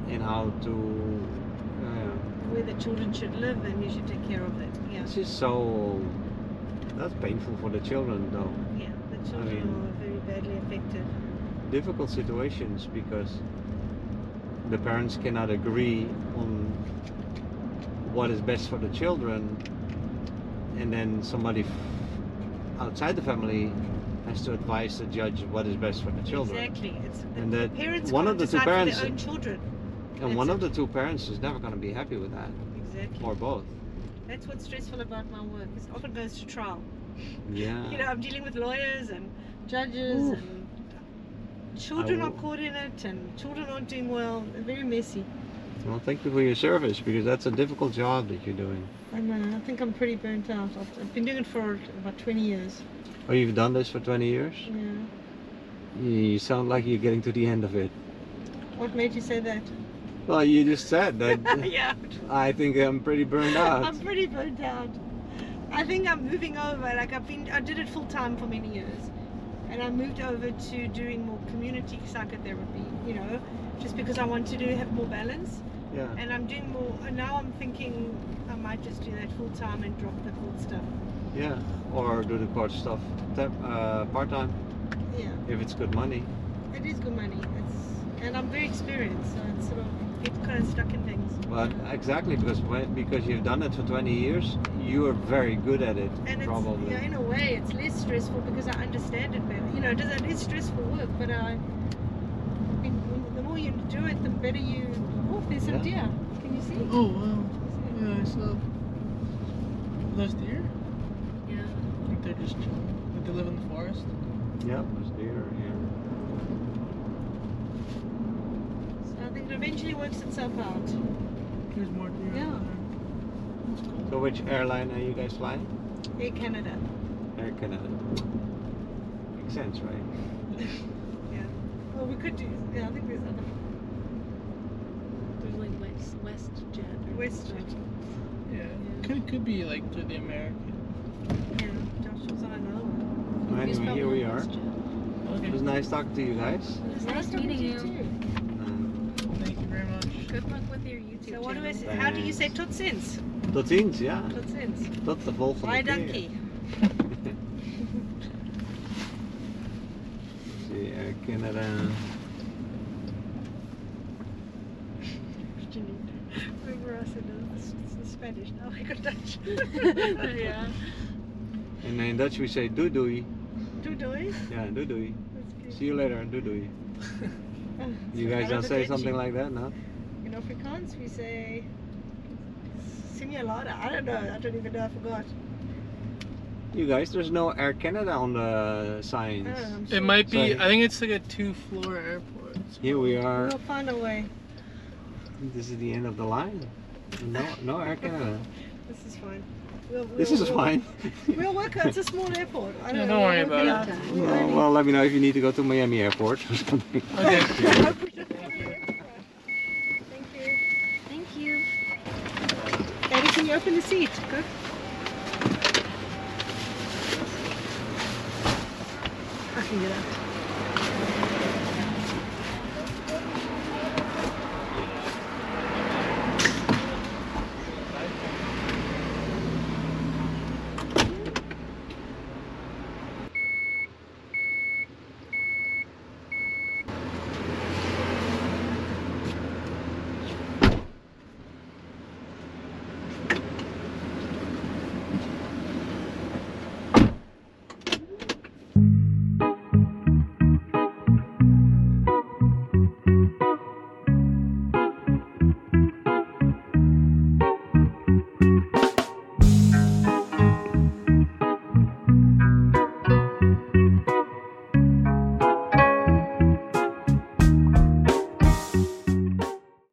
B: in how to. Uh,
A: Where the children should live, and you should take care of it. Yeah,
B: this is so. That's painful for the children, though.
A: yeah. The children
B: mean-
A: are very badly affected.
B: Difficult situations because the parents cannot agree on what is best for the children, and then somebody f- outside the family has to advise the judge what is best for the children.
A: Exactly. It's the
B: And that
A: parents
B: one
A: can't
B: of the two
A: decide for
B: parents-
A: their own children.
B: And one
A: That's
B: of the two parents is never going to be happy with that,
A: Exactly.
B: or both.
A: That's what's stressful about my work. It often goes to trial.
B: Yeah.
A: You know, I'm dealing with lawyers and judges
B: Ah. Oof.
A: and children
B: I
A: are
B: will-
A: caught in it and children aren't doing well. Very messy.
B: Well, thank you for your service because that's a difficult job that you're doing.
A: I know. I think I'm pretty burnt out. I've I've been doing it for about 20 years.
B: Oh, you've done this for 20 years?
A: Yeah.
B: You sound like you're getting to the end of it.
A: What made you say that?
B: Well, you just said that
A: yeah.
B: I think I'm pretty burned out.
A: I'm pretty burnt out. I think I'm moving over. Like I've been, I did it full time for many years, and I moved over to doing more community psychotherapy. You know, just because I want to do have more balance,
B: Yeah.
A: and I'm doing more. And now I'm thinking I might just do that full time and drop the court stuff.
B: Yeah. Or do the court stuff temp- uh, part time
A: Yeah,
B: if it's good money.
A: it is good money. It's and I'm very experienced, so it's sort of get kind of stuck in things.
B: But exactly because when, because you've done it for 20 years, you are very good at it.
A: And it's
B: probably.
A: yeah, in a way, it's less stressful because I understand it better. You know, it is, it is stressful work, but I, I mean, when- the more you do it, the better you. Oh, there's some deer. Can you see?
C: Oh wow! Yeah, I saw those deer.
D: Yeah.
C: I think they're just chilling. Like they live in the forest.
B: Yep, it's deer, yeah.
A: So I think it eventually works itself out.
C: There's more deer.
A: Yeah.
C: over there. That's cool.
B: So which airline are you guys flying?
A: Air Canada.
B: Air Canada. Makes sense, right?
A: Well, we could do. Yeah, I think there's other
D: There's like West West Jet. or
A: WestJet.
C: Yeah. Could could be like through the American.
A: Yeah, Joshua's on another one.
B: Well, anyway, here we are.
D: WestJet.
B: It was
C: Okay.
B: nice talking to you guys.
D: It was nice meeting you.
B: Um,
C: Thank you very much.
D: Good luck with your YouTube
A: So what do
D: channel.
A: I? s- How do you say tot ziens?
B: tot ziens, ja.
A: Tot ziens.
B: Tot de volgende
A: Bye,
B: keer.
A: dankie.
B: Zie je, Canada.
A: Remember us in the, it's the Spanish now. I got Dutch.
D: yeah.
B: En in Dutch we say doei doei.
A: Doei doei.
B: Ja, doei doei.
A: That's good.
B: See you later and doei doei. You guys don't say something like that, no?
A: In Afrikaans, we say simulada. I don't know. I don't even know. I forgot.
B: You guys, there's no Air Canada on the
A: I don't know.
B: signs.
A: I'm sure
C: It might be.
B: Sorry.
C: I think it's like a two-floor airport.
B: Here we are.
A: We'll find a way.
B: This is the end of the line. No, no Air Canada.
A: This is fine. We'll, we'll,
B: This is
A: we'll,
B: fine.
A: We'll work. It's a small airport. I don't
C: Yeah,
A: know.
C: don't worry
A: we'll
C: about
A: work
D: it.
A: out. We
B: Well,
A: only-
B: well, let me know if you need to go to Miami Airport or something.
C: Okay.
A: hopefully it's a small airport. Thank you.
D: Thank you.
A: Daddy, can you open the seat? Good. I can get out.